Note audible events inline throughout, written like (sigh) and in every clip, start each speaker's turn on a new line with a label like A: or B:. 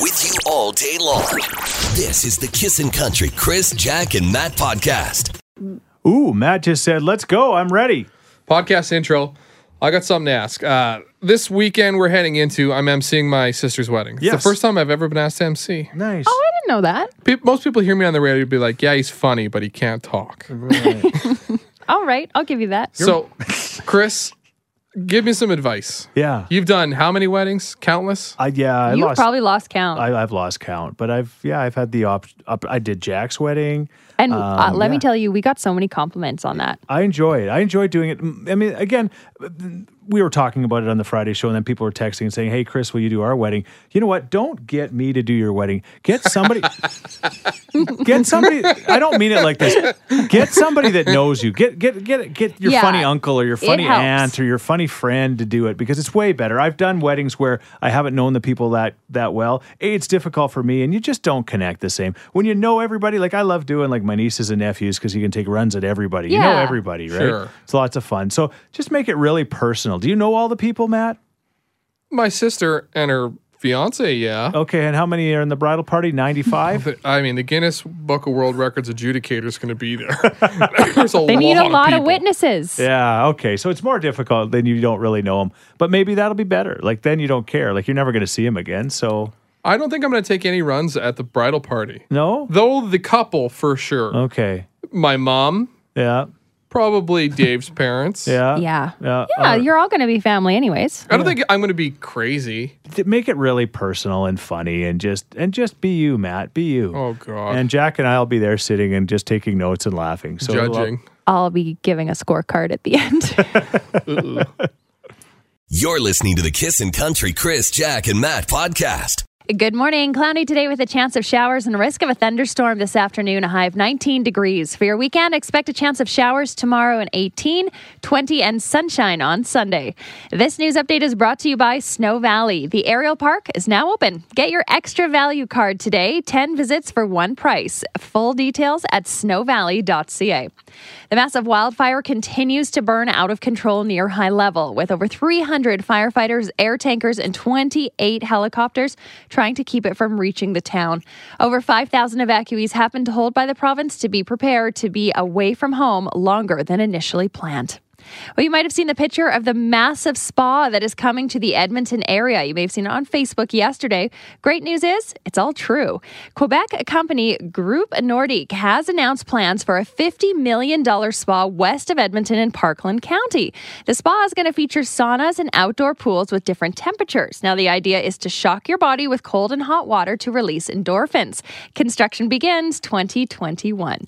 A: with you all day long. This is the Kissin' Country Chris, Jack, and Matt podcast.
B: Ooh, Matt just said, "Let's go. I'm ready."
C: podcast intro. I got something to ask. Uh, this weekend we're heading into, I'm emceeing my sister's wedding. It's
B: Yes.
C: the first time I've ever been asked to MC.
B: Nice.
D: Oh, I didn't know that.
C: Pe- most people hear me on the radio be like, yeah, he's funny, but he can't talk.
D: All right, I'll give you that.
C: So, Chris, give me some advice.
B: yeah.
C: You've done how many weddings? Countless?
B: I yeah. I
D: you
B: lost.
D: probably lost count.
B: I, I've lost count, but I've yeah. I've had the op. up I did Jack's wedding.
D: and uh,
B: um,
D: let
B: yeah.
D: me tell you, we got so many compliments on that.
B: I enjoy it. I enjoy doing it. M- I mean, again, we were talking about it on the Friday show, and then people were texting and saying, "Hey, Chris, will you do our wedding?" You know what? Don't get me to do your wedding. Get
D: (laughs)
B: somebody. get somebody. I don't mean it like this. Get somebody that knows you. Get get get get your
D: Yeah,
B: funny uncle or your funny
D: helps.
B: aunt or your funny friend to do it because it's way better. I've done weddings where I haven't known the people that that well. A, it's difficult for me, and you just don't connect the same when you know everybody. Like I love doing like my nieces and nephews because you can take runs at everybody. You know
D: Yeah.
B: everybody, right?
C: Sure.
B: It's lots of fun. So just make it really personal. Do you know all the people, Matt?
C: My sister and her fiance, yeah.
B: Okay, and how many are in the bridal party?
C: (laughs)
B: Ninety-five.
C: The- I mean, the Guinness Book of World Records adjudicator is going to be there. There's a
D: They need a lot of,
C: people.
D: witnesses.
B: yeah. Okay. So it's more difficult than you don't really know them, but maybe that'll be better. Like then you don't care. Like you're never going to see them again. So
C: I don't think I'm going to take any runs at the bridal party,
B: no.
C: though the couple for sure.
B: Okay.
C: my mom,
B: Yeah.
C: probably Dave's parents.
B: Yeah.
D: Yeah.
B: Yeah.
D: Yeah,
B: Uh,
D: you're all going to be family, anyways.
C: I don't think I'm going to be crazy.
B: d- make it really personal and funny, and just and just be you, Matt. Be you.
C: Oh God,
B: And Jack and I will be there sitting and just taking notes and laughing. So it'll-
C: judging.
D: I'll be giving a scorecard at the end.
C: Ooh.
A: You're listening to the Kissin' Country Chris, Jack, and Matt podcast.
D: Good morning. Cloudy today with a chance of showers and a risk of a thunderstorm this afternoon, a high of 19 degrees. For your weekend, expect a chance of showers tomorrow and 18, 20, and sunshine on Sunday. This news update is brought to you by Snow Valley. The aerial park is now open. Get your extra value card today 10 visits for one price. Full details at snowvalley.ca. The massive wildfire continues to burn out of control near high level, with over 300 firefighters, air tankers, and 28 helicopters trying to keep it from reaching the town. Over 5,000 evacuees have been told by the province to be prepared to be away from home longer than initially planned. Well, you might have seen the picture of the massive spa that is coming to the Edmonton area. You may have seen it on Facebook yesterday. Great news is it's all true. Quebec company Group Nordique has announced plans for a $50 million spa west of Edmonton in Parkland County. The spa is going to feature saunas and outdoor pools with different temperatures. Now, the idea is to shock your body with cold and hot water to release endorphins. Construction begins 2021.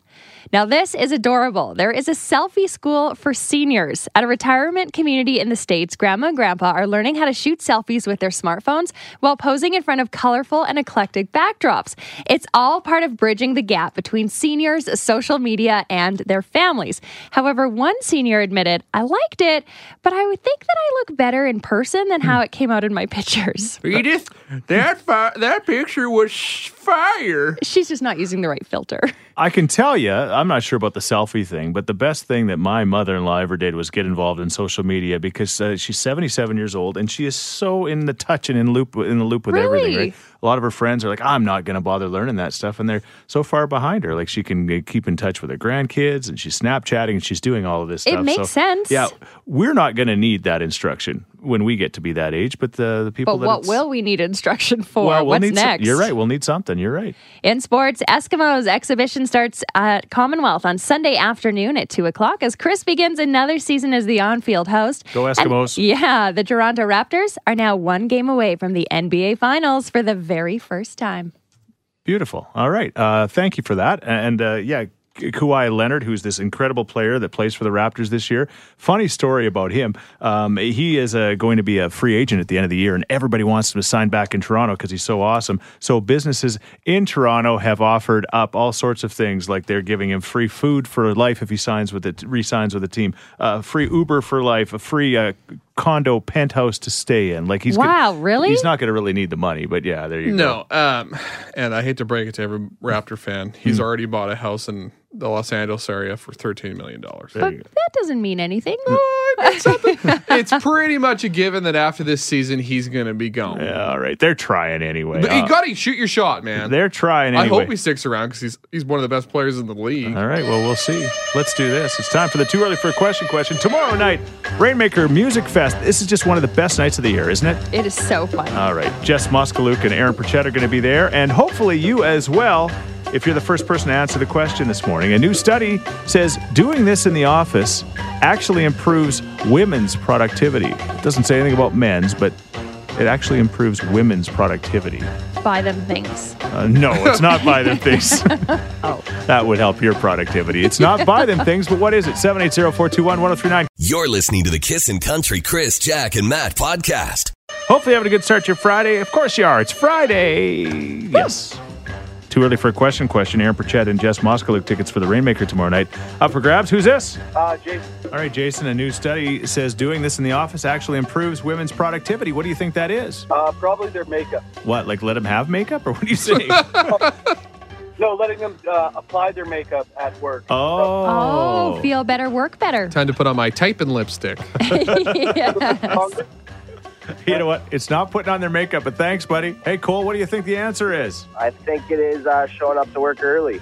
D: Now, this is adorable. There is a selfie school for seniors. At a retirement community in the States, grandma and grandpa are learning how to shoot selfies with their smartphones while posing in front of colorful and eclectic backdrops. It's all part of bridging the gap between seniors, social media, and their families. However, one senior admitted, I liked it, but I would think that I look better in person than
B: Hmm.
D: how it came out in my (laughs) pictures.
C: Edith, that fi- that picture was fire.
D: She's just not using the right filter.
B: I can tell you, I'm not sure about the selfie thing, but the best thing that my mother in law ever did was get involved in social media because uh, she's 77 years old and she is so in the touch and in loop in the loop with everything.
D: Really?
B: Right? A lot of her friends are like, I'm not going to bother learning that stuff, and they're so far behind her. Like she can uh, keep in touch with her grandkids, and she's Snapchatting, and she's doing all of this.
D: It
B: stuff.
D: makes
B: So,
D: sense.
B: Yeah, we're not going to need that instruction when we get to be that age, but the the people.
D: But
B: that
D: what
B: it's-
D: will we need instruction for?
B: Well, we'll
D: What's
B: need some-
D: next?
B: you're right. We'll need something. You're right.
D: In sports, Eskimos exhibition starts at Commonwealth on Sunday afternoon at 2 o'clock as Chris begins another season as the on field host.
B: Go Eskimos.
D: And, yeah, the Toronto Raptors are now one game away from the NBA Finals for the very first time.
B: Beautiful. All right. Uh, thank you for that. And uh, yeah, K- Kawhi Leonard, who's this incredible player that plays for the Raptors this year. Funny story about him. Um, he is uh, going to be a free agent at the end of the year, and everybody wants him to sign back in Toronto because he's so awesome. So businesses in Toronto have offered up all sorts of things, like they're giving him free food for life if he signs with it, re-signs with the team, uh, free Uber for life, a free uh, condo penthouse to stay in. Like he's
D: Wow,
B: gonna-
D: really?
B: He's not going to really need the money, but yeah, there you go. Hmm.
C: No, um, and I hate to break it to every Raptor fan. He's already bought a house in the Los Angeles area for $13 million. dollars.
B: There
D: But
B: you go.
D: that doesn't mean anything.
C: (laughs) it's pretty much a given that after this season, he's going to be gone.
B: Yeah, all right. They're trying anyway.
C: But
B: Uh,
C: you got to shoot your shot, man.
B: they're trying anyway. Uh-huh.
C: I hope he sticks around because he's, he's one of the best players in the league.
B: All right, well, we'll see. Let's do this. It's time for the Too Early for a Question question. Tomorrow night, Rainmaker Music Fest. This is just one of the best nights of the year, isn't it?
D: It is so fun.
B: All right, Jess Moskaluk and Aaron Perchett are going to be there, and hopefully you as well. If you're the first person to answer the question this morning, a new study says doing this in the office actually improves women's productivity. It doesn't say anything about men's, but it actually improves women's productivity.
D: Buy them things.
B: Uh, no, it's
D: (laughs)
B: not buy them things.
D: Oh.
B: That would help your productivity. It's not buy them things, but what is it? 780 421 1039.
A: You're listening to the Kissin' Country Chris, Jack, and Matt podcast.
B: Hopefully, you're having a good start to your Friday. Of course, you are. It's Friday. Yes. Too early for a question. Question Aaron Perchett and Jess Moskaluk tickets for the Rainmaker tomorrow night. Up for grabs. Who's this?
E: Uh, Jason,
B: All right, Jason. A new study says doing this in the office actually improves women's productivity. What do you think that is?
E: uh, probably their makeup.
B: What, like let them have makeup, or what do you
D: (laughs)
B: say?
E: No, letting them uh, apply their makeup at work.
B: oh.
D: Oh, feel better,
B: (laughs)
D: work better.
C: Time to put on my type and lipstick.
E: Congress-
B: You know what? It's not putting on their makeup, but thanks, buddy. Hey, Cole, what do you think the answer is?
F: I think it is uh, showing up to work early.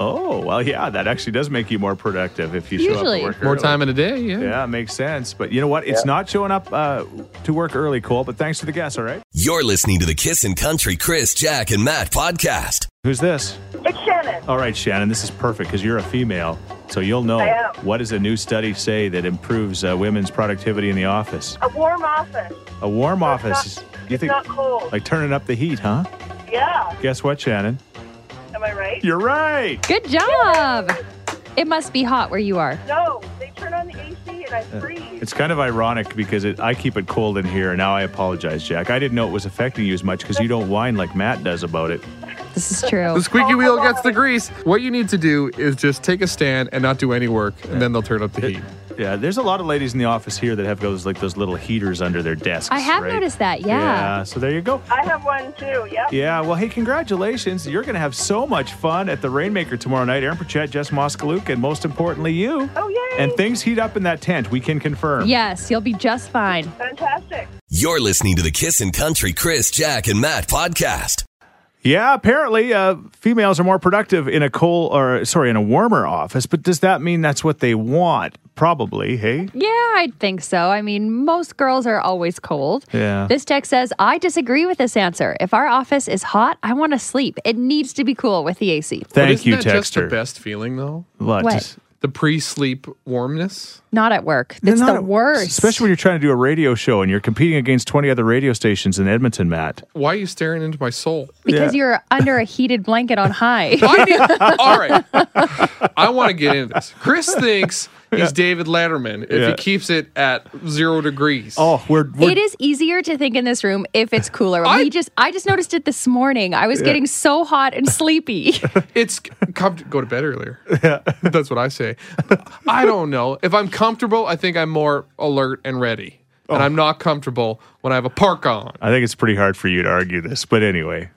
B: Oh, well, yeah, that actually does make you more productive if you show up
D: Usually.
B: to work
C: More
B: early.
C: time in a day, yeah.
B: Yeah, it makes sense. But you know what? It's not showing up uh, to work early, Cole, but thanks for the guess, all right?
A: You're listening to the Kissin' Country Chris, Jack, and Matt podcast.
B: Who's this?
G: It's Shannon.
B: All right, Shannon, this is perfect because you're a female, so you'll know.
G: I am.
B: What does a new study say that improves uh, women's productivity in the office?
G: A warm office.
B: A warm
G: Oh, It's
B: office.
G: not-
B: you
G: it's
B: think,
G: not cold.
B: like turning up the heat, huh?
G: Yeah.
B: Guess what, Shannon?
G: Am I right?
B: You're right.
D: Good job. It must be hot where you are.
G: No. They turn on the AC and I freeze.
B: Uh, It's kind of ironic because it, I keep it cold in here, and now I apologize, Jack. I didn't know it was affecting you as much because you don't whine like Matt does about it.
D: This is true.
C: The squeaky wheel gets the grease. What you need to do is just take a stand and not do any work, and then they'll turn up the heat.
B: Yeah, there's a lot of ladies in the office here that have those like those little heaters under their desks.
D: I have
B: right?
D: noticed that. Yeah.
B: Yeah. So there you go.
G: I have one too. Yep.
B: Yeah. Well, hey, congratulations! You're going to have so much fun at the Rainmaker tomorrow night. Aaron Perchett, Jess Moskaluk, and most importantly, you.
G: Oh, yay.
B: And things heat up in that tent. We can confirm.
D: Yes, you'll be just fine.
G: Fantastic.
A: You're listening to the Kissin' Country Chris, Jack, and Matt podcast.
B: Yeah, apparently uh, females are more productive in a cold or sorry, in a warmer office, but does that mean that's what they want? Probably, hey?
D: Yeah, I think so. I mean, most girls are always cold.
B: Yeah.
D: This text says, I disagree with this answer. If our office is hot, I want to sleep. It needs to be cool with the AC.
C: But
B: Thank
C: isn't
B: you,
C: that
B: Texter.
C: Just the best feeling though,
B: Look,
D: What?
B: just-
C: the pre-sleep warmness.
D: Not at work. It's
B: Not
D: the
B: a-
D: worst.
B: Especially when you're trying to do a radio show and you're competing against 20 other radio stations in Edmonton, Matt.
C: Why are you staring into my soul?
D: because you're under a heated blanket
B: (laughs)
D: on high.
C: I need, all right, (laughs) I want to get into this. Chris thinks he's David Letterman if
B: Yeah.
C: he keeps it at zero degrees.
B: Oh, we're, we're
D: it is easier to think in this room if it's cooler.
C: I-
D: we just I just noticed it this morning. I was getting so hot
B: (laughs)
D: and sleepy.
C: It's come go to bed earlier. That's what I say. I don't know. If I'm comfortable, I think I'm more alert and ready.
B: Oh.
C: And I'm not comfortable when I have a park on.
B: I think it's pretty hard for you to argue this, but anyway.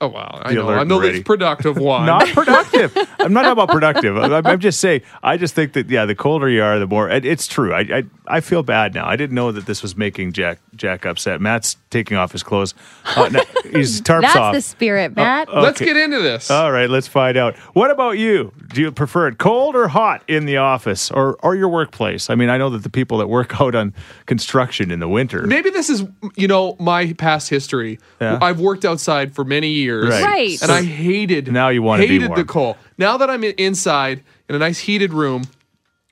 C: Oh wow, I
B: The
C: know.
B: alert
C: I'm the
B: and ready. (laughs)
C: least productive one.
D: (laughs)
B: Not productive. I'm not talking about productive. I'm, I'm just saying, I just think that, yeah, the colder you are, the more. It, it's true. I, I I feel bad now. I didn't know that this was making Jack Jack upset. Matt's taking off his clothes. Uh, no,
D: (laughs)
B: he's tarps
D: That's
B: off. Uh,
D: the spirit, Matt.
C: Let's
B: Okay.
C: get into this.
B: All right, let's find out. What about you? Do you prefer it cold or hot in the office or, or your workplace? I mean, I know that the people that work (laughs) out on construction in the winter.
C: Maybe this is you know my past history.
B: Yeah.
C: I've worked outside for many years,
B: Right.
D: Right.
C: and I hated
B: Now you wanna be
C: hated the
B: warm.
C: cold. Now that I'm in- inside in a nice heated room,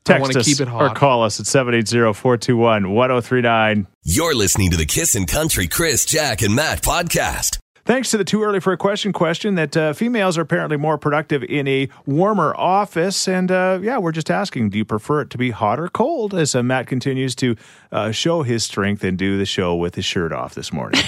C: I
B: Text
C: want to
B: us
C: keep it
B: or
C: hot.
B: call us at 780 421 1039.
A: You're listening to the Kissin' Country Chris, Jack, and Matt podcast.
B: Thanks to the too early for a question question that uh, females are apparently more productive in a warmer office. And uh, yeah, we're just asking, do you prefer it to be hot or cold? As uh, Matt continues to uh, show his strength and do the show with his shirt off this morning.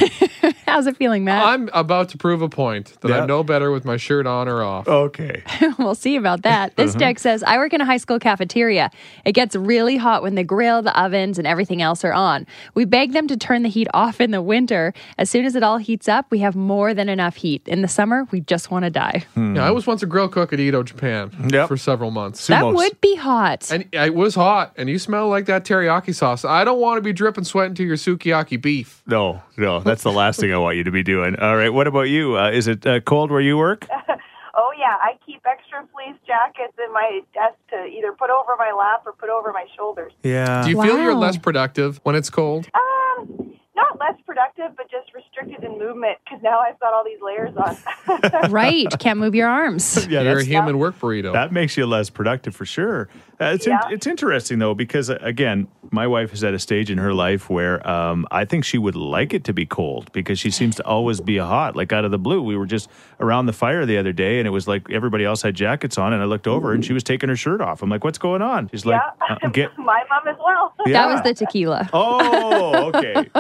D: How's it feeling, Matt?
C: I'm about to prove a point that
B: Yeah.
C: I know better with my shirt on or off.
B: Okay.
D: (laughs) we'll see about that. This deck says I work in a high school cafeteria. It gets really hot when the grill, the ovens, and everything else are on. We beg them to turn the heat off in the winter. As soon as it all heats up, we have more than enough heat. In the summer, we just want to die.
C: Yeah, I was once a grill cook at Edo, Japan
B: Mm. Yep.
C: for several months.
D: That
B: Sumos.
D: would be
C: (laughs)
D: hot.
C: And it was hot, and you smell like that teriyaki sauce. I don't want to be dripping sweat into your sukiyaki beef.
B: No, no, that's the last thing I want you to be doing. All right. What about you? Uh, is it uh, cold where you work?
G: Oh yeah, I keep extra fleece jackets in my desk to either put over my lap or put over my shoulders.
B: Yeah.
C: Do you feel you're
D: Wow.
C: less productive when it's cold?
G: Um, not less productive, but just restricted in movement because now I've got all these layers on.
D: right. Can't move your arms.
B: yeah,
C: you're
B: that's-
C: a human work burrito.
B: that makes you less productive for sure. Uh, it's in-
G: Yeah.
B: it's interesting though because uh, again, my wife is at a stage in her life where um, I think she would like it to be cold because she seems to always be hot, like out of the blue. We were just around the fire the other day, and it was like everybody else had jackets on, and I looked over and she was taking her shirt off. I'm like, "What's going on?" She's like,
G: Mm-hmm. yeah, (laughs)
B: "Uh, "Get."
G: my mom as well.
B: Yeah.
D: That was the tequila.
B: Oh, okay.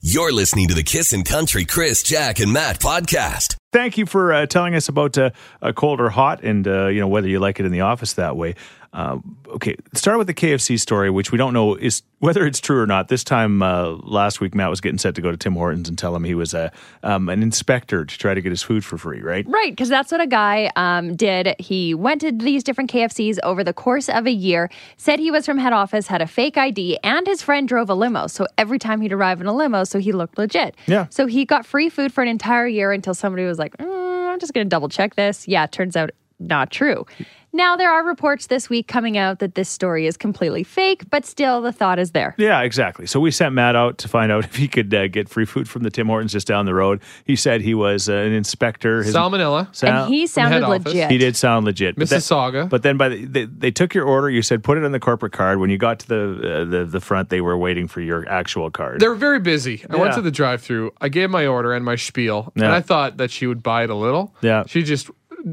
A: You're listening to the Kissin' Country Chris, Jack, and Matt podcast.
B: Thank you for uh, telling us about uh, uh, cold or hot, and uh, you know whether you like it in the office that way. Uh, okay, start with the KFC story, which we don't know is (laughs) whether it's true or not. This time uh, last week, Matt was getting set to go to Tim Hortons and tell him he was a um, an inspector to try to get his food for free, right?
D: Right, because that's what a guy um, did. He went to these different KFCs over the course of a year, said he was from head office, had a fake ID, and his friend drove a limo. So every time he'd arrive in a limo, so he looked legit.
B: Yeah.
D: So he got free food for an entire year until somebody was like, "Mm, I'm just going to double check this. Yeah, turns out not true. Now, there are reports this week coming out that this story is completely fake, but still the thought is there.
B: Yeah, exactly. So we sent Matt out to find out (laughs) if he could uh, get free food from the Tim Hortons just down the road. He said he was uh, an inspector. His-
C: Salmonella.
B: Sal-
D: and he sounded
C: head office.
D: legit.
B: He did sound legit. But that-
C: Mississauga.
B: But then by the, they, they took your order. You said put it on the corporate card. When you got to the uh, the, the front, they were waiting for your actual card.
C: They were very busy. I went
B: Yeah.
C: to the drive through. I gave my order and my spiel, and
B: Yeah.
C: I thought that she would buy it a little.
B: Yeah.
C: She just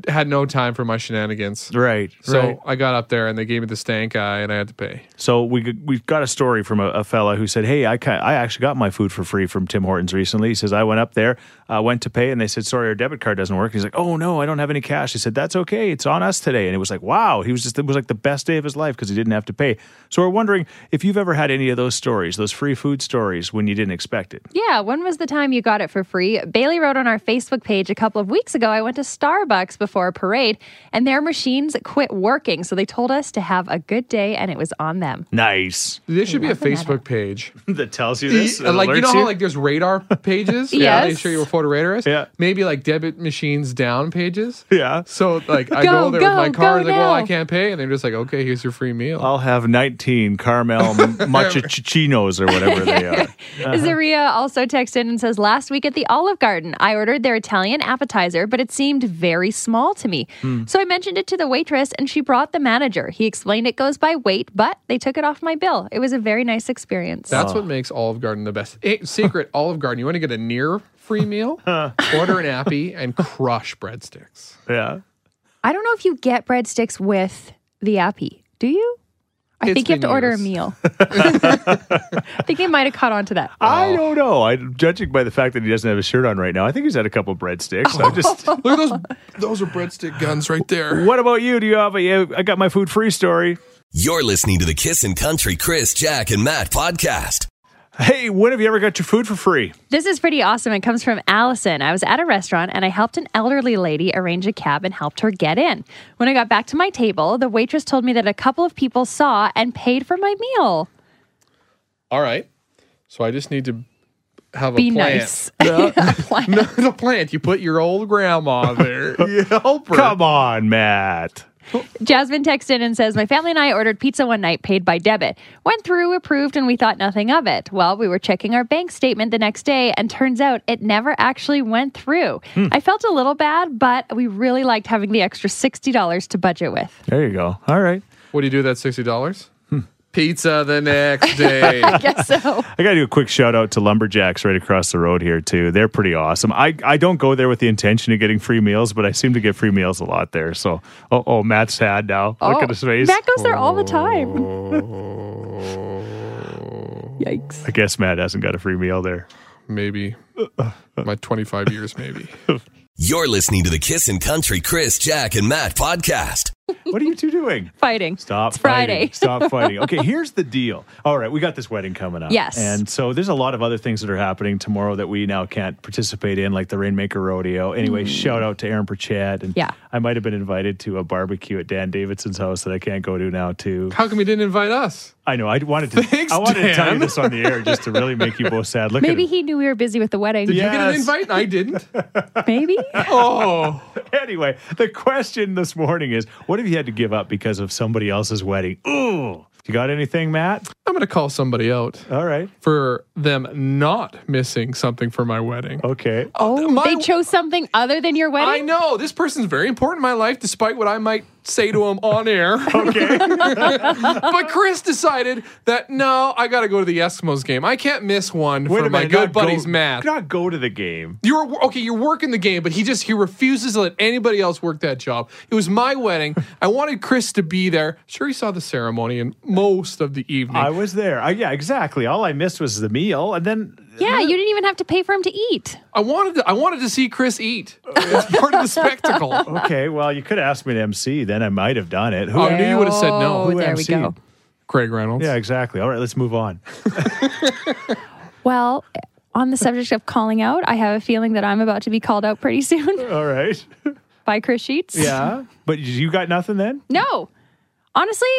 C: had no time for my shenanigans.
B: right.
C: So
B: right.
C: I got up there and they gave me the stank eye and I had to pay.
B: So we we got a story from a, a fella who said, "Hey, I ca I actually got my food for free from Tim Hortons recently." He says, "I went up there, uh, went to pay, and they said, sorry, our debit card doesn't work." He's like, "Oh no, I don't have any cash." He said, "That's okay, it's on us today." And it was like, "Wow!" He was just it was like the best day of his life because he didn't have to pay. So we're wondering if you've ever had any of those stories, those free food stories, when you didn't expect it.
D: Yeah, when was the time you got it for free? Bailey wrote on our Facebook page a couple of weeks ago I went to Starbucks before a parade and their machines quit working. So they told us to have a good day and it was on them.
B: Nice.
C: There should be a
D: Nothing at all.
C: Facebook page.
B: that tells you (laughs) this.
C: Yeah,
B: that
C: like you
B: alerts
C: know how like there's
B: (laughs)
C: radar pages.
D: Yes.
C: they show you what photo radar is.
B: Yeah.
C: maybe like debit machines down pages.
B: yeah.
C: So like I go,
D: Go,
C: there
D: go,
C: with my car,
D: go
C: like well I
D: now.
C: can't pay, and they're just like okay here's your free meal.
B: I'll have 19
C: (laughs)
B: caramel machachinos or whatever they are.
D: Zaria also texted and says, Last week at the Olive Garden, I ordered their Italian appetizer, but it seemed very small to me. So I mentioned it to the waitress and she brought the manager. He explained it goes by weight, but they took it off my bill. It was a very nice experience.
C: That's what makes Olive Garden the best. Eh, secret (laughs) Olive Garden. You want to get a near free meal? Order an appy and crush breadsticks.
B: Yeah.
D: I don't know if you get breadsticks with the appy. Do you? I
C: It's
D: think you have to
C: been
D: order a
C: years.
D: meal. (laughs) I think they might have caught on to that.
B: I don't know. I, judging by the fact that he doesn't have his shirt on right now, I think he's had a couple breadsticks. I
C: (laughs)
B: just.
C: Look at those. Those are breadstick guns right there.
B: What about you? Do you have a? you- I got my food free story.
A: You're listening to the Kissin' Country Chris, Jack, and Matt podcast.
B: Hey, when have you ever got your food for free?
D: This is pretty awesome. It comes from Allison. I was at a restaurant and I helped an elderly lady arrange a cab and helped her get in. When I got back to my table, the waitress told me that a couple of people saw and paid for my meal. (laughs)
C: All right. So I just need to have a
D: Be
C: plant. (laughs)
D: nice. (laughs) Plan.
C: No, the plant. You put your old grandma (laughs) there. You help her.
B: Come on, Matt.
D: Jasmine texted in and says, My family and I ordered pizza one night, paid by debit. Went through, approved, and we thought nothing of it. Well, we were checking our bank statement the next day, and turns out it never actually went through.
B: Hmm.
D: I felt a little bad, but we really liked having the extra $60 to budget with.
B: (laughs) There you go. All right.
C: What do you do with that sixty dollars? Pizza the next (laughs) day.
D: Guess so.
B: I got to do a quick shout out to Lumberjacks right across the road here too. They're pretty awesome. I, I don't go there with the intention of getting free meals, but I seem to get free meals a lot there. So, oh, oh Matt's sad now. Look
D: Oh,
B: at his face. Oh.
D: Matt goes there all the time. (laughs) Yikes.
B: I guess Matt hasn't got a free meal there.
C: maybe my 25 years, maybe.
A: You're listening to the Kissin' Country Chris, Jack, and Matt podcast.
B: What are you two
D: (laughs)
B: doing?
D: Fighting.
B: Stop
D: It's
B: fighting.
D: Friday. (laughs)
B: Stop fighting. Okay, here's the deal. All right, we got this wedding coming up.
D: Yes.
B: And so there's a lot of other things that are happening tomorrow that we now can't participate in, like the Rainmaker Rodeo. Anyway, shout out to Aaron Perchett. And
D: Mm. Yeah.
B: I might have been invited to a barbecue at Dan Davidson's house that I can't go to now, too.
C: How come you didn't invite us?
B: I know. I wanted to
C: Thanks,
B: I wanted to tell you
C: Dan.
B: this on the air just to really make you both sad. Look
D: Maybe
B: at
D: he knew we were busy with the wedding.
C: Did you get an
B: Yes.
C: invite? And I didn't.
B: (laughs)
C: (laughs)
D: Maybe.
C: Oh,
B: Anyway, the question this morning is what have you had to give up because of somebody else's wedding? Ooh. You got anything, Matt?
C: I'm going to call somebody out
B: All right.
C: for them not missing something for my wedding.
B: Okay.
D: Oh,
C: My-
D: they chose something other than your
C: I
D: wedding.
C: know this person's very important in my life, despite what I might say to him
B: (laughs)
C: on air. Okay. (laughs) but Chris decided that no, I got to go to the Eskimos game. I can't miss one
B: Wait
C: for
B: a
C: my
B: minute,
C: good
B: not go-
C: buddies Matt.
B: Not go to the game.
C: You're okay. You're working the game, but he just he refuses to let anybody else work that job. It was
B: (laughs)
C: my wedding. I wanted Chris to be there. Sure, he saw the ceremony and most of the evening.
B: I was there. I, yeah, exactly. All I missed was the meal, and then (laughs)
D: Yeah, you didn't even have to pay for him to eat.
C: I wanted to, I wanted to see Chris eat. It's
B: (laughs)
C: part of the spectacle.
B: okay. Well, you could have asked me to MC. Then I might have done it. Who-
C: I knew you would have said no.
D: Oh,
B: Who
D: there we
B: MC'd?
D: go.
C: Craig Reynolds.
B: Yeah, exactly. All right, let's move
C: (laughs)
B: on.
D: Well, on the subject of calling out, I have a feeling that I'm about to be called out pretty (laughs) soon
B: All right.
D: by Chris Sheets.
B: Yeah, but you got nothing then.
D: No, honestly,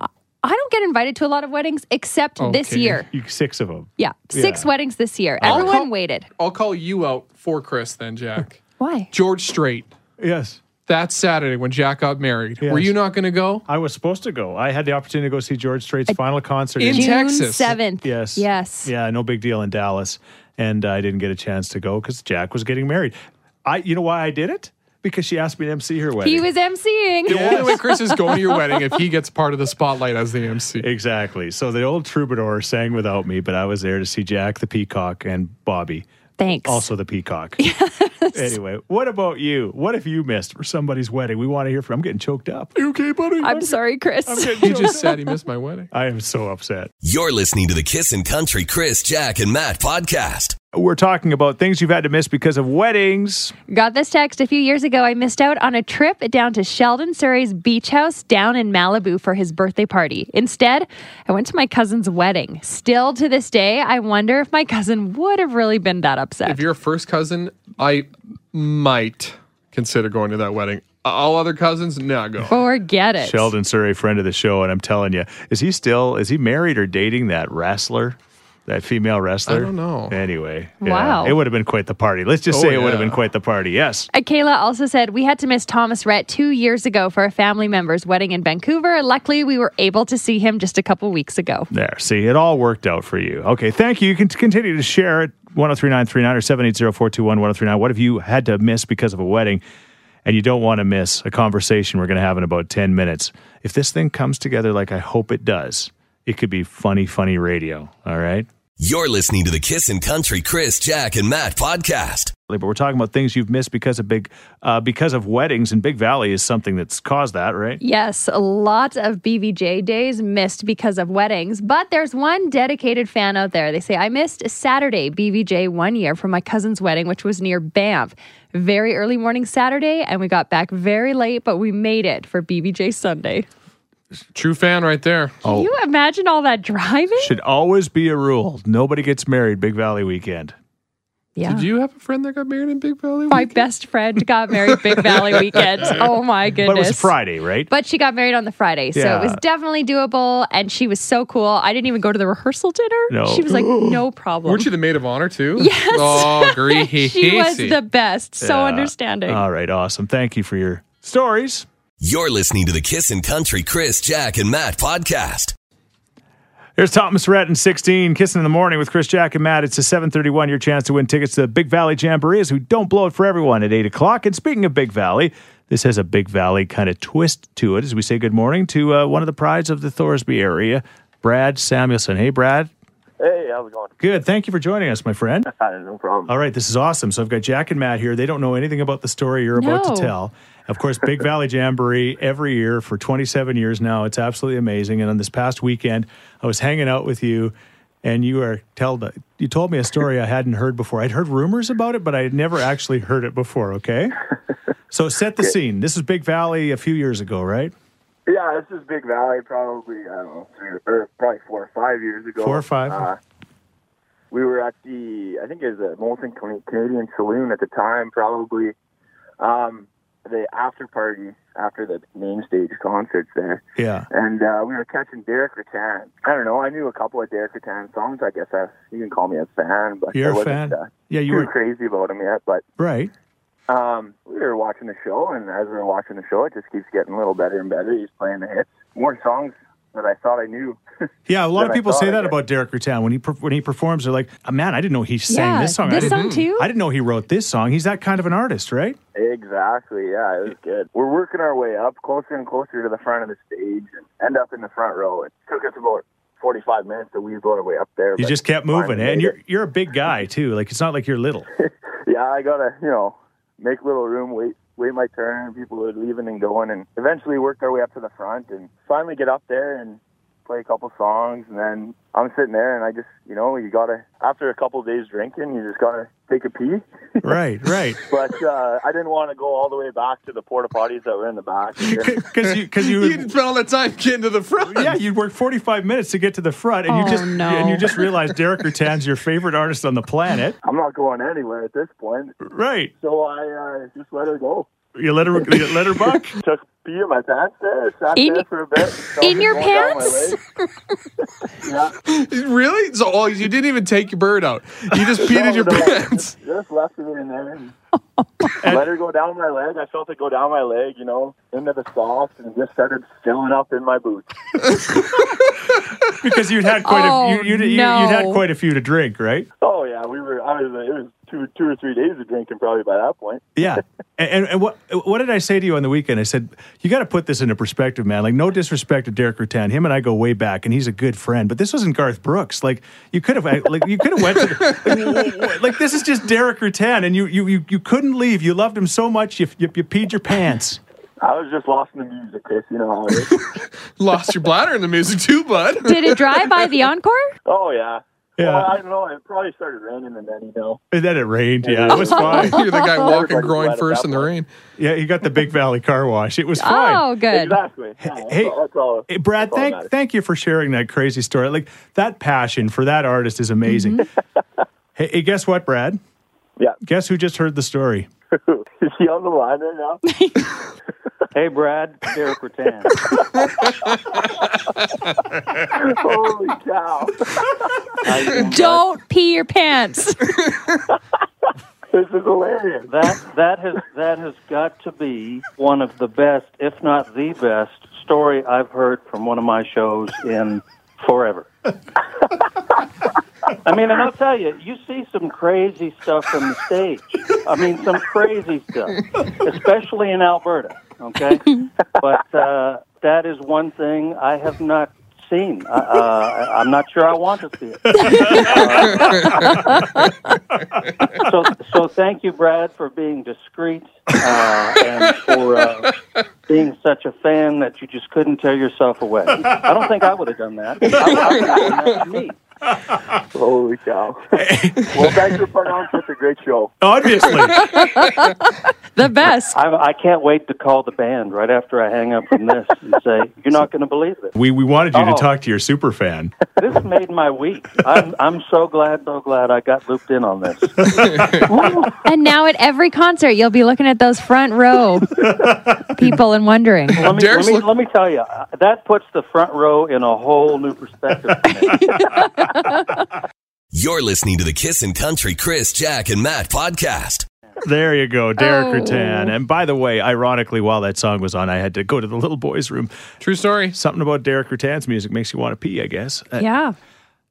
D: I- I don't get invited to a lot of weddings except this
C: Okay.
D: year.
B: You six of them.
D: Yeah, six
B: Yeah.
D: weddings this year. Everyone
C: call-
D: waited.
C: I'll call you out for Chris then, Jack. (laughs)
D: Why?
C: George Strait.
B: Yes,
C: That Saturday when Jack got married.
B: Yes.
C: Were you not going to go?
B: I was supposed to go. I had the opportunity to go see George Strait's final concert.
C: In
B: in-
C: Jack-
D: June
C: Texas.
D: seventh.
B: yes.
D: Yes.
B: Yeah, no big deal in Dallas, and I didn't get a chance to go because Jack was getting married. I, you know why I did it? Because she asked me to MC her wedding.
D: He was emceeing.
C: The only way Chris is going to your wedding if he gets part of the spotlight as the MC.
B: Exactly. So the old troubadour sang without me, but I was there to see Jack the Peacock and Bobby,
D: Thanks.
B: also the
D: (laughs)
B: Peacock. Anyway, what about you? What if you missed for somebody's wedding? We want to hear from. I'm getting choked
D: (laughs)
B: up.
C: You okay, buddy?
D: I'm sorry, Chris.
C: he just said he missed my wedding.
B: I am so upset.
A: You're listening to the Kissin' Country Chris, Jack, and Matt podcast.
B: We're talking about things you've had to miss because of weddings.
D: Got this text a few years ago. I missed out on a trip down to Sheldon Surrey's beach house down in Malibu for his birthday party. Instead, I went to my cousin's wedding. Still to this day, I wonder if my cousin would have really been that
C: If
D: upset.
C: you're a first cousin, I might consider going to that wedding. All other cousins, not go.
D: Forget it.
B: Sheldon Surrey, friend of the show, and I'm telling you, is he still is he married or dating that wrestler? That female wrestler?
C: don't know.
B: Anyway, yeah,
D: Wow.
B: it would have been quite the party. Let's just
C: Oh,
B: say it would have
C: yeah.
B: been quite the party. Yes.
D: Uh, Kayla also said, We had to miss Thomas Rhett two years ago for a family member's wedding in Vancouver. Luckily, we were able to see him just a couple weeks ago.
B: There. See, it all worked out for you. Okay. Thank you. You can t- continue to share oh at 103939 or 780-421-1039. What have you had to miss because of a wedding and you don't want to miss a conversation we're going to have in about 10 minutes? If this thing comes together like I hope it does, it could be funny, funny radio. All right.
A: You're listening to the Kissin' Country Chris, Jack, and Matt podcast.
B: But we're talking about things you've missed because of big, uh, because of weddings, and Big Valley is something that's caused that, right?
D: Yes, a lot of BBJ days missed because of weddings, but there's one dedicated fan out there. They say, I missed Saturday BBJ one year from my cousin's wedding, which was near Banff. Very early morning Saturday, and we got back very late, but we made it for BBJ Sunday.
C: True fan right there.
B: Oh.
D: Can you imagine all that driving?
B: Should always be a rule. Nobody gets married Big Valley weekend.
D: Yeah.
C: Did you have a friend that got married in Big Valley?
D: my best friend got married Big Valley
B: (laughs)
D: weekend. Oh my goodness.
B: But it was Friday, right?
D: But she got married on the Friday, so
B: Yeah.
D: it was definitely doable. And she was so cool. I didn't even go to the rehearsal dinner.
B: No. (gasps)
D: She was like, no problem.
C: Weren't you the maid of honor too? Yes.
D: (laughs)
C: Oh, greasy.
D: she was the best. So
B: Yeah.
D: understanding.
B: All right, awesome. Thank you for your stories.
A: You're listening to the Kissin' Country Chris, Jack, and Matt podcast.
B: Here's Thomas Rhett and 16, Kissing in the Morning with Chris Jack and Matt. It's a 731, your chance to win tickets to the Big Valley Jamboree as we don't blow it for everyone at 8 o'clock. And speaking of Big Valley, this has a Big Valley kind of twist to it as we say good morning to uh, one of the prides of the Thorsby area, Brad Samuelson. Hey, Brad.
F: Hey, how's it going?
B: Good. Thank you for joining us, my
F: (laughs)
B: friend.
F: Uh, no problem.
B: All right, this is awesome. So I've got Jack and Matt here. They don't know anything about the story you're about
D: No.
B: to tell. Of course,
F: (laughs)
B: Big Valley Jamboree every year for 27 years now. It's absolutely amazing. And on this past weekend, I was hanging out with you and you are told you told me a story I hadn't heard before. I'd heard rumors about it, but I had never actually heard it before.
F: (laughs)
B: Okay, so set the scene. This is Big Valley a few years ago, right?
F: Yeah, this is Big Valley, probably, I don't know, three, or probably four or five years ago.
B: Four or five.
F: Uh, we were at the, I think it was a Molson Canadian Saloon at the time, probably. Um, the after party after the main stage concerts there.
B: Yeah.
F: And uh, we were catching Derek Rattan. I don't know. I knew a couple of Derek Rattan songs. I guess I, you can call me a fan, but
B: You're
F: I
B: a
F: wasn't
B: fan.
F: Uh,
B: Yeah, you
F: too
B: were-
F: crazy about him yet. But
B: Right.
F: um, we were watching the show, and as we were watching the show, it just keeps getting a little better and better. He's playing the hits, more songs that I thought I knew. (laughs)
B: Yeah, a lot of
F: Then I
B: people
F: thought
B: say
F: I
B: that
F: did.
B: about Derek Rutan when he per- when he performs. They're like, "Oh, "Man, I didn't know he sang
D: yeah,
B: this song. I
D: This
B: didn't,
D: song too.
B: I didn't know he wrote this song. He's that kind of an artist, right?
F: exactly. Yeah, it was good. We're working our way up closer and closer to the front of the stage, and end up in the front row. It took us about. 45 minutes to weasel our way up there.
B: You
F: but
B: just kept moving, eh?
F: finally
B: and
F: made
B: you're
F: it.
B: you're a big guy too. Like it's not like you're
F: (laughs)
B: little.
F: yeah, I gotta, you know, make little room, wait, wait my turn. People are leaving and going, and eventually worked our way up to the front, and finally get up there and play a couple songs, and then I'm sitting there, and I just, you know, you gotta, after a couple days drinking, you just gotta take a pee.
B: right, right.
F: But uh, I didn't want to go all the way back to the porta potties that were in the back.
B: Because you because you.
C: You spent all that time getting to the front.
B: yeah, you worked 45 minutes to get to the front, and you
D: Oh,
B: just
D: no.
B: and you just realized Derek Rutan's your favorite artist on the planet,
F: (laughs) I'm not going anywhere at this point,
B: right?
F: so I uh, just let her go.
B: You let her you let her buck.
F: Took pee in my pants there, sat
D: In-
F: there for a bit. felt
D: in
F: it
D: your
F: going down my
D: pants?
F: leg. yeah.
C: Really? So oh, you didn't even take your bird out. You
B: (laughs)
C: just peed in your
F: No, no,
C: pants. (laughs)
F: Just, just left it in there. And let her go down my leg. I felt it go down my leg, you know, into the sauce, and just started filling up in my boots.
B: because you'd had quite
D: Oh,
B: a you, you'd, you-
D: no.
B: you'd had quite a few to drink, right?
F: Oh yeah, we were. I was. It was two, two or three days of drinking probably by that point.
B: Yeah. And, and, and what what did I say to you on the weekend? I said, you got to put this into perspective, man. Like, no disrespect to Derek Rutan. Him and I go way back, and he's a good friend. But this wasn't Garth Brooks. Like, you could have, like, you could have went to, the- (laughs) like, like, this is just Derek Rutan, and you, you, you, you couldn't leave. You loved him so much, you, you, you peed your pants.
F: I was just lost in the music, Chris. You know how it is.
C: Lost your bladder in the music too, bud. (laughs)
D: (laughs) Did it dry by the encore?
B: (laughs)
F: oh yeah.
B: Yeah.
F: Well, I don't know. It probably started raining, and then you know.
B: And then it rained. Yeah,
F: (laughs)
B: it was fine.
C: You're
B: (laughs)
C: the guy walking
F: Everybody's wet
C: groin
F: at
C: first
F: that
C: in the
F: point.
C: rain.
B: Yeah, you got the Big Valley car wash. It was fine.
D: Oh, good.
F: Exactly. Yeah, that's
B: hey,
F: all- that's all-
B: Hey, Brad,
F: that's all that
B: thank
F: matters.
B: thank you for sharing that crazy story. Like that passion for that artist is amazing.
F: (laughs)
B: hey, hey, guess what, Brad?
F: Mm-hmm. Yeah.
B: Guess who just heard the story?
F: Is he on the line right now?
H: Hey, Brad, Derek Rattan.
F: Holy cow!
D: Don't pee
B: (laughs)
D: your pants.
F: This is hilarious.
H: That that has that has got to be one of the best, if not the best, story I've heard from one of my shows in forever. I mean, and I'll tell you, you see some crazy stuff from the stage. I mean, some crazy stuff, especially in Alberta. Okay, but uh, that is one thing I have not seen. Uh, uh, I'm not sure I want to see it. so, so thank you, Brad, for being discreet uh, and for uh, being such a fan that you just couldn't tear yourself away. I don't think I would have done that. I would have done that to me.
F: Holy
B: (laughs)
F: cow. well, thanks for putting on such a great show. (laughs)
B: Obviously.
D: The best.
H: I, I can't wait to call the band right after I hang up from this and say, "You're not going to believe it.
B: we we wanted you to
H: Oh.
B: talk to your super fan.
H: This made my week. I'm, I'm so glad, so glad I got looped in on this."
D: And now at every concert, you'll be looking at those front
B: (laughs)
D: row people and wondering.
H: let me,
C: Derek's
H: let me,
C: look-
H: let me tell you, uh, that puts the front row in a whole new perspective.
A: You're listening to the Kissin' Country Chris, Jack, and Matt podcast.
B: There you go, Derek
D: Oh.
B: Rutan. And by the way, ironically, while that song was on, I had to go to the little boys' room.
C: True story.
B: Something about Derek Rutan's music makes you want to pee, I guess. Uh,
D: Yeah.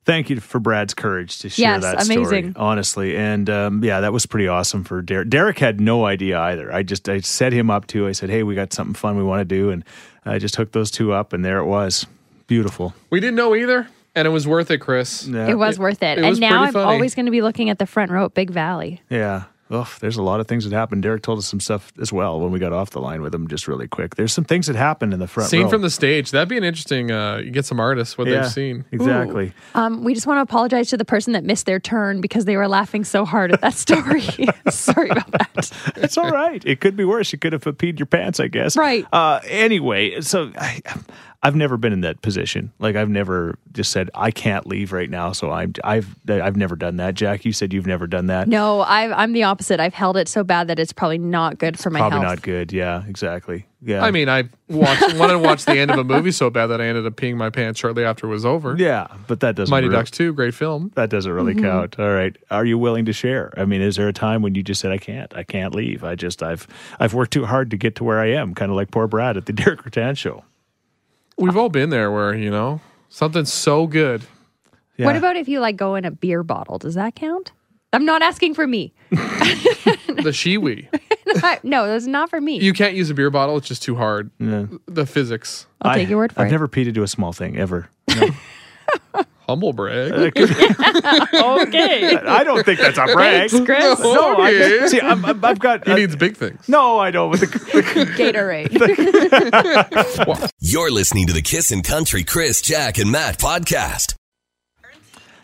B: Thank you for Brad's courage to share
D: Yes,
B: that story.
D: amazing.
B: Honestly, and um, yeah, that was pretty awesome for Derek. Derek had no idea either. I just I set him up too. I said, "Hey, we got something fun we want to do," and I just hooked those two up, and there it was. Beautiful.
C: We didn't know either, and it was worth it, Chris.
B: Yeah.
D: It was worth
C: it
D: it. and
C: was
D: now
C: pretty
D: I'm
C: funny.
D: always going to be looking at the front row at Big Valley.
B: Yeah. Ugh, there's a lot of things that happened. Derek told us some stuff as well when we got off the line with him, just really quick. There's some things that happened in the front
C: Seen
B: row.
C: from the stage. That'd be an interesting. Uh, you get some artists what
B: yeah,
C: they've seen.
B: Exactly.
D: Um, we just want to apologize to the person that missed their turn because they were laughing so hard at that (laughs) story. Sorry about that.
B: it's all right. It could be worse. You could have peed your pants, I guess.
D: Right.
B: Uh, anyway, so I, I've never been in that position. Like I've never just said I can't leave right now. So I'm. I've. I've never done that. Jack, you said you've never done that.
D: No, I, I'm the opposite. I've held it so bad that it's probably not good for my
B: Probably
D: health.
B: not good. Yeah. Exactly. Yeah.
C: I mean, I watched (laughs) wanted to watch the end of a movie so bad that I ended up peeing my pants shortly after it was over.
B: Yeah, but that doesn't.
C: Mighty
B: really-
C: Ducks 2, great film.
B: That doesn't really
D: Mm-hmm.
B: count. All right. Are you willing to share? I mean, is there a time when you just said, "I can't, I can't leave. I just, I've, I've worked too hard to get to where I am." Kind of like poor Brad at the (laughs) Derek Rattan show.
C: We've all been there where, you know, something's so good.
B: Yeah.
D: What about if you like go in a beer bottle? Does that count? I'm not asking for (laughs) me.
C: The
B: (laughs)
C: shiwi.
D: no, that's not for me.
C: You can't use a beer bottle, it's just too hard. The physics.
D: I'll take your word for
B: I've
D: it.
B: never peed into a small thing ever.
C: Humble brag. (laughs)
D: (laughs) okay.
B: (laughs) I don't think that's a brag.
D: Thanks, Chris.
B: No, I
C: Sorry.
B: think- see, I'm, I'm, I've got.
C: He
B: uh,
C: needs big things.
B: no, I don't. With
C: (laughs)
B: the,
D: Gatorade.
A: You're listening to the Kissin' Country Chris, Jack, and Matt podcast.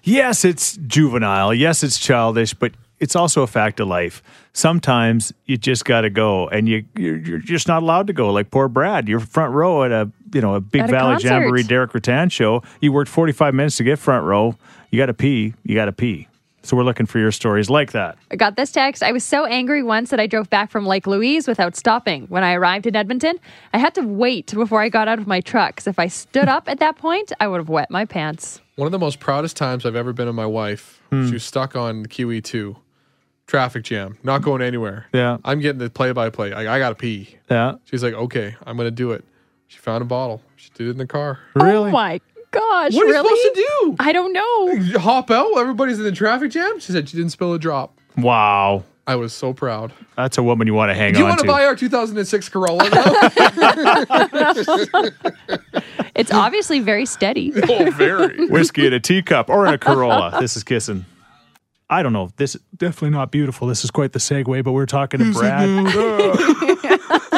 B: yes, it's juvenile. Yes, it's childish, but it's also a fact of life. Sometimes you just got to go, and you you're, you're just not allowed to go. Like poor Brad, you're front row at a you know a big
D: At a
B: Valley
D: concert.
B: Jamboree Derek Rattan show. You worked 45 minutes to get front row. You got to pee. You got to pee. So we're looking for your stories like that.
D: I got this text. I was so angry once that I drove back from Lake Louise without stopping. When I arrived in Edmonton, I had to wait before I got out of my truck because if I stood up at that point, I would have wet my pants.
C: One of the most proudest times I've ever been of my wife. She was stuck on QE2. Traffic jam. Not going anywhere.
B: Yeah.
C: I'm getting the play by play. I got to pee.
D: Oh
B: Yeah,
C: She's like, okay, I'm going to do it. She found a bottle. She did it in the car.
B: really.
D: Oh my gosh!
C: What are you
D: really?
C: supposed to do?
D: I don't know.
C: You hop out while everybody's in the traffic jam? She said she didn't spill a drop.
B: Wow,
C: I was so proud.
B: that's a woman you want to hang
C: Do you
B: on
C: want to buy our 2006 (laughs) Corolla now?
D: It's obviously very (laughs) steady.
C: oh, (laughs) very.
B: whiskey in a teacup or in a Corolla. This is kissing. I don't know. This definitely not beautiful. This is quite the segue, but we're talking to Brad.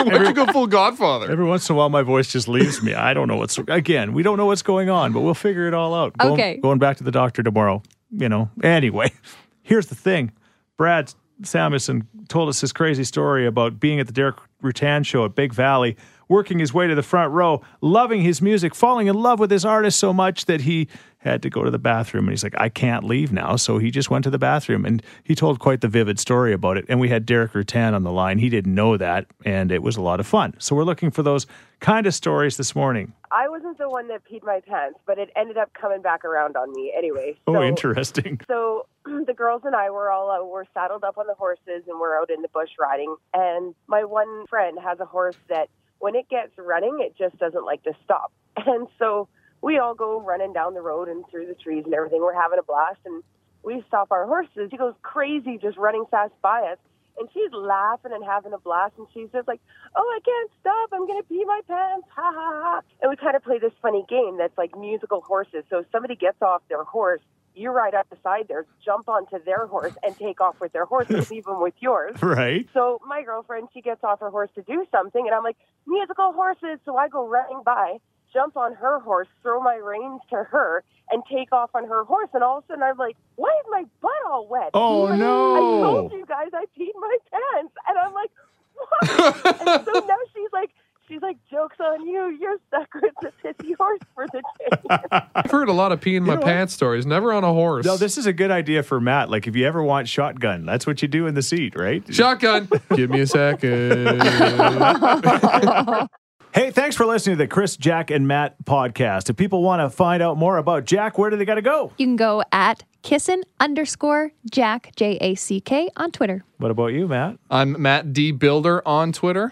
C: Why'd you go full Godfather?
B: Every once in a while, my voice just leaves me. I don't know what's again. We don't know what's going on, but we'll figure it all out. Going-
D: Okay.
B: going back to the doctor tomorrow. You know. Anyway, (laughs) here's the thing. Brad Samuelson told us this crazy story about being at the Derek Rutan show at Big Valley, working his way to the front row, loving his music, falling in love with his artist so much that he had to go to the bathroom. And he's like, I can't leave now. So he just went to the bathroom and he told quite the vivid story about it. And we had Derek Rutan on the line. He didn't know that. And it was a lot of fun. So we're looking for those kind of stories this morning.
I: I wasn't the one that peed my pants, but it ended up coming back around on me anyway.
B: Oh,
I: so,
B: interesting. (laughs)
I: So (clears throat) the girls and I were all out, we're saddled up on the horses and we're out in the bush riding. And my one friend has a horse that when it gets running, it just doesn't like to stop. (laughs) And so we all go running down the road and through the trees and everything. We're having a blast and we stop our horses. She goes crazy just running fast by us. And she's laughing and having a blast. And she's just like, oh, I can't stop. I'm going to pee my pants. Ha, ha, ha. And we kind of play this funny game that's like musical horses. So if somebody gets off their horse, you ride up beside theirs, jump onto their horse, and take off with their horse and leave them with yours.
B: Right?
I: So my girlfriend, she gets off her horse to do something, and I'm like, musical horses. So I go running by, jump on her horse, throw my reins to her, and take off on her horse. And all of a sudden, I'm like, why is my butt all wet?
B: Oh,
I: She's like, I told
B: no.
I: you guys I peed my pants, and I'm like, what? and
B: (laughs)
I: so now she's like. She's like, jokes on you. You're stuck with the pissy horse for the day.
C: I've heard a lot of peeing my
B: know what?
C: pants stories. Never on a horse.
B: No, this is a good idea for Matt. Like, if you ever want shotgun, that's what you do in the seat, right?
C: Shotgun. (laughs) Give me a second.
B: Hey, thanks for listening to the Chris, Jack, and Matt podcast. If people want to find out more about Jack, where do they got to go?
D: You can go at kissin underscore Jack J A C K on Twitter.
B: What about you, Matt?
C: (laughs) I'm Matt D. Builder on Twitter.